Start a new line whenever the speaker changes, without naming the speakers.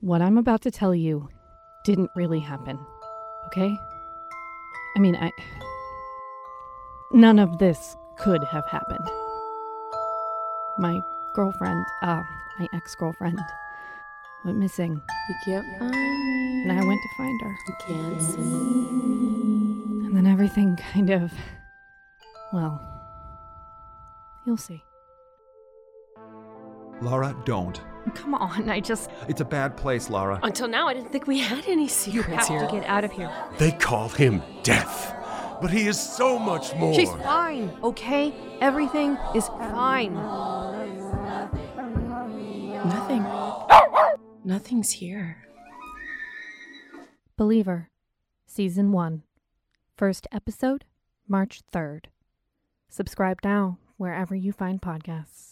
what I'm about to tell you didn't really happen. Okay? I mean, I. None of this could have happened. My girlfriend, uh, my ex girlfriend, went missing,
You can't find
and
me.
I went to find her.
You can't see me.
And then everything kind of. Well, you'll see.
Lara, don't.
Come on, I just.
It's a bad place, Lara.
Until now, I didn't think we had any
You have
secrets here.
to get out of here.
They call him Death, but he is so much more.
She's fine, okay? Everything is fine.
Nothing. Nothing's here.
Believer, Season 1, First Episode, March 3rd. Subscribe now wherever you find podcasts.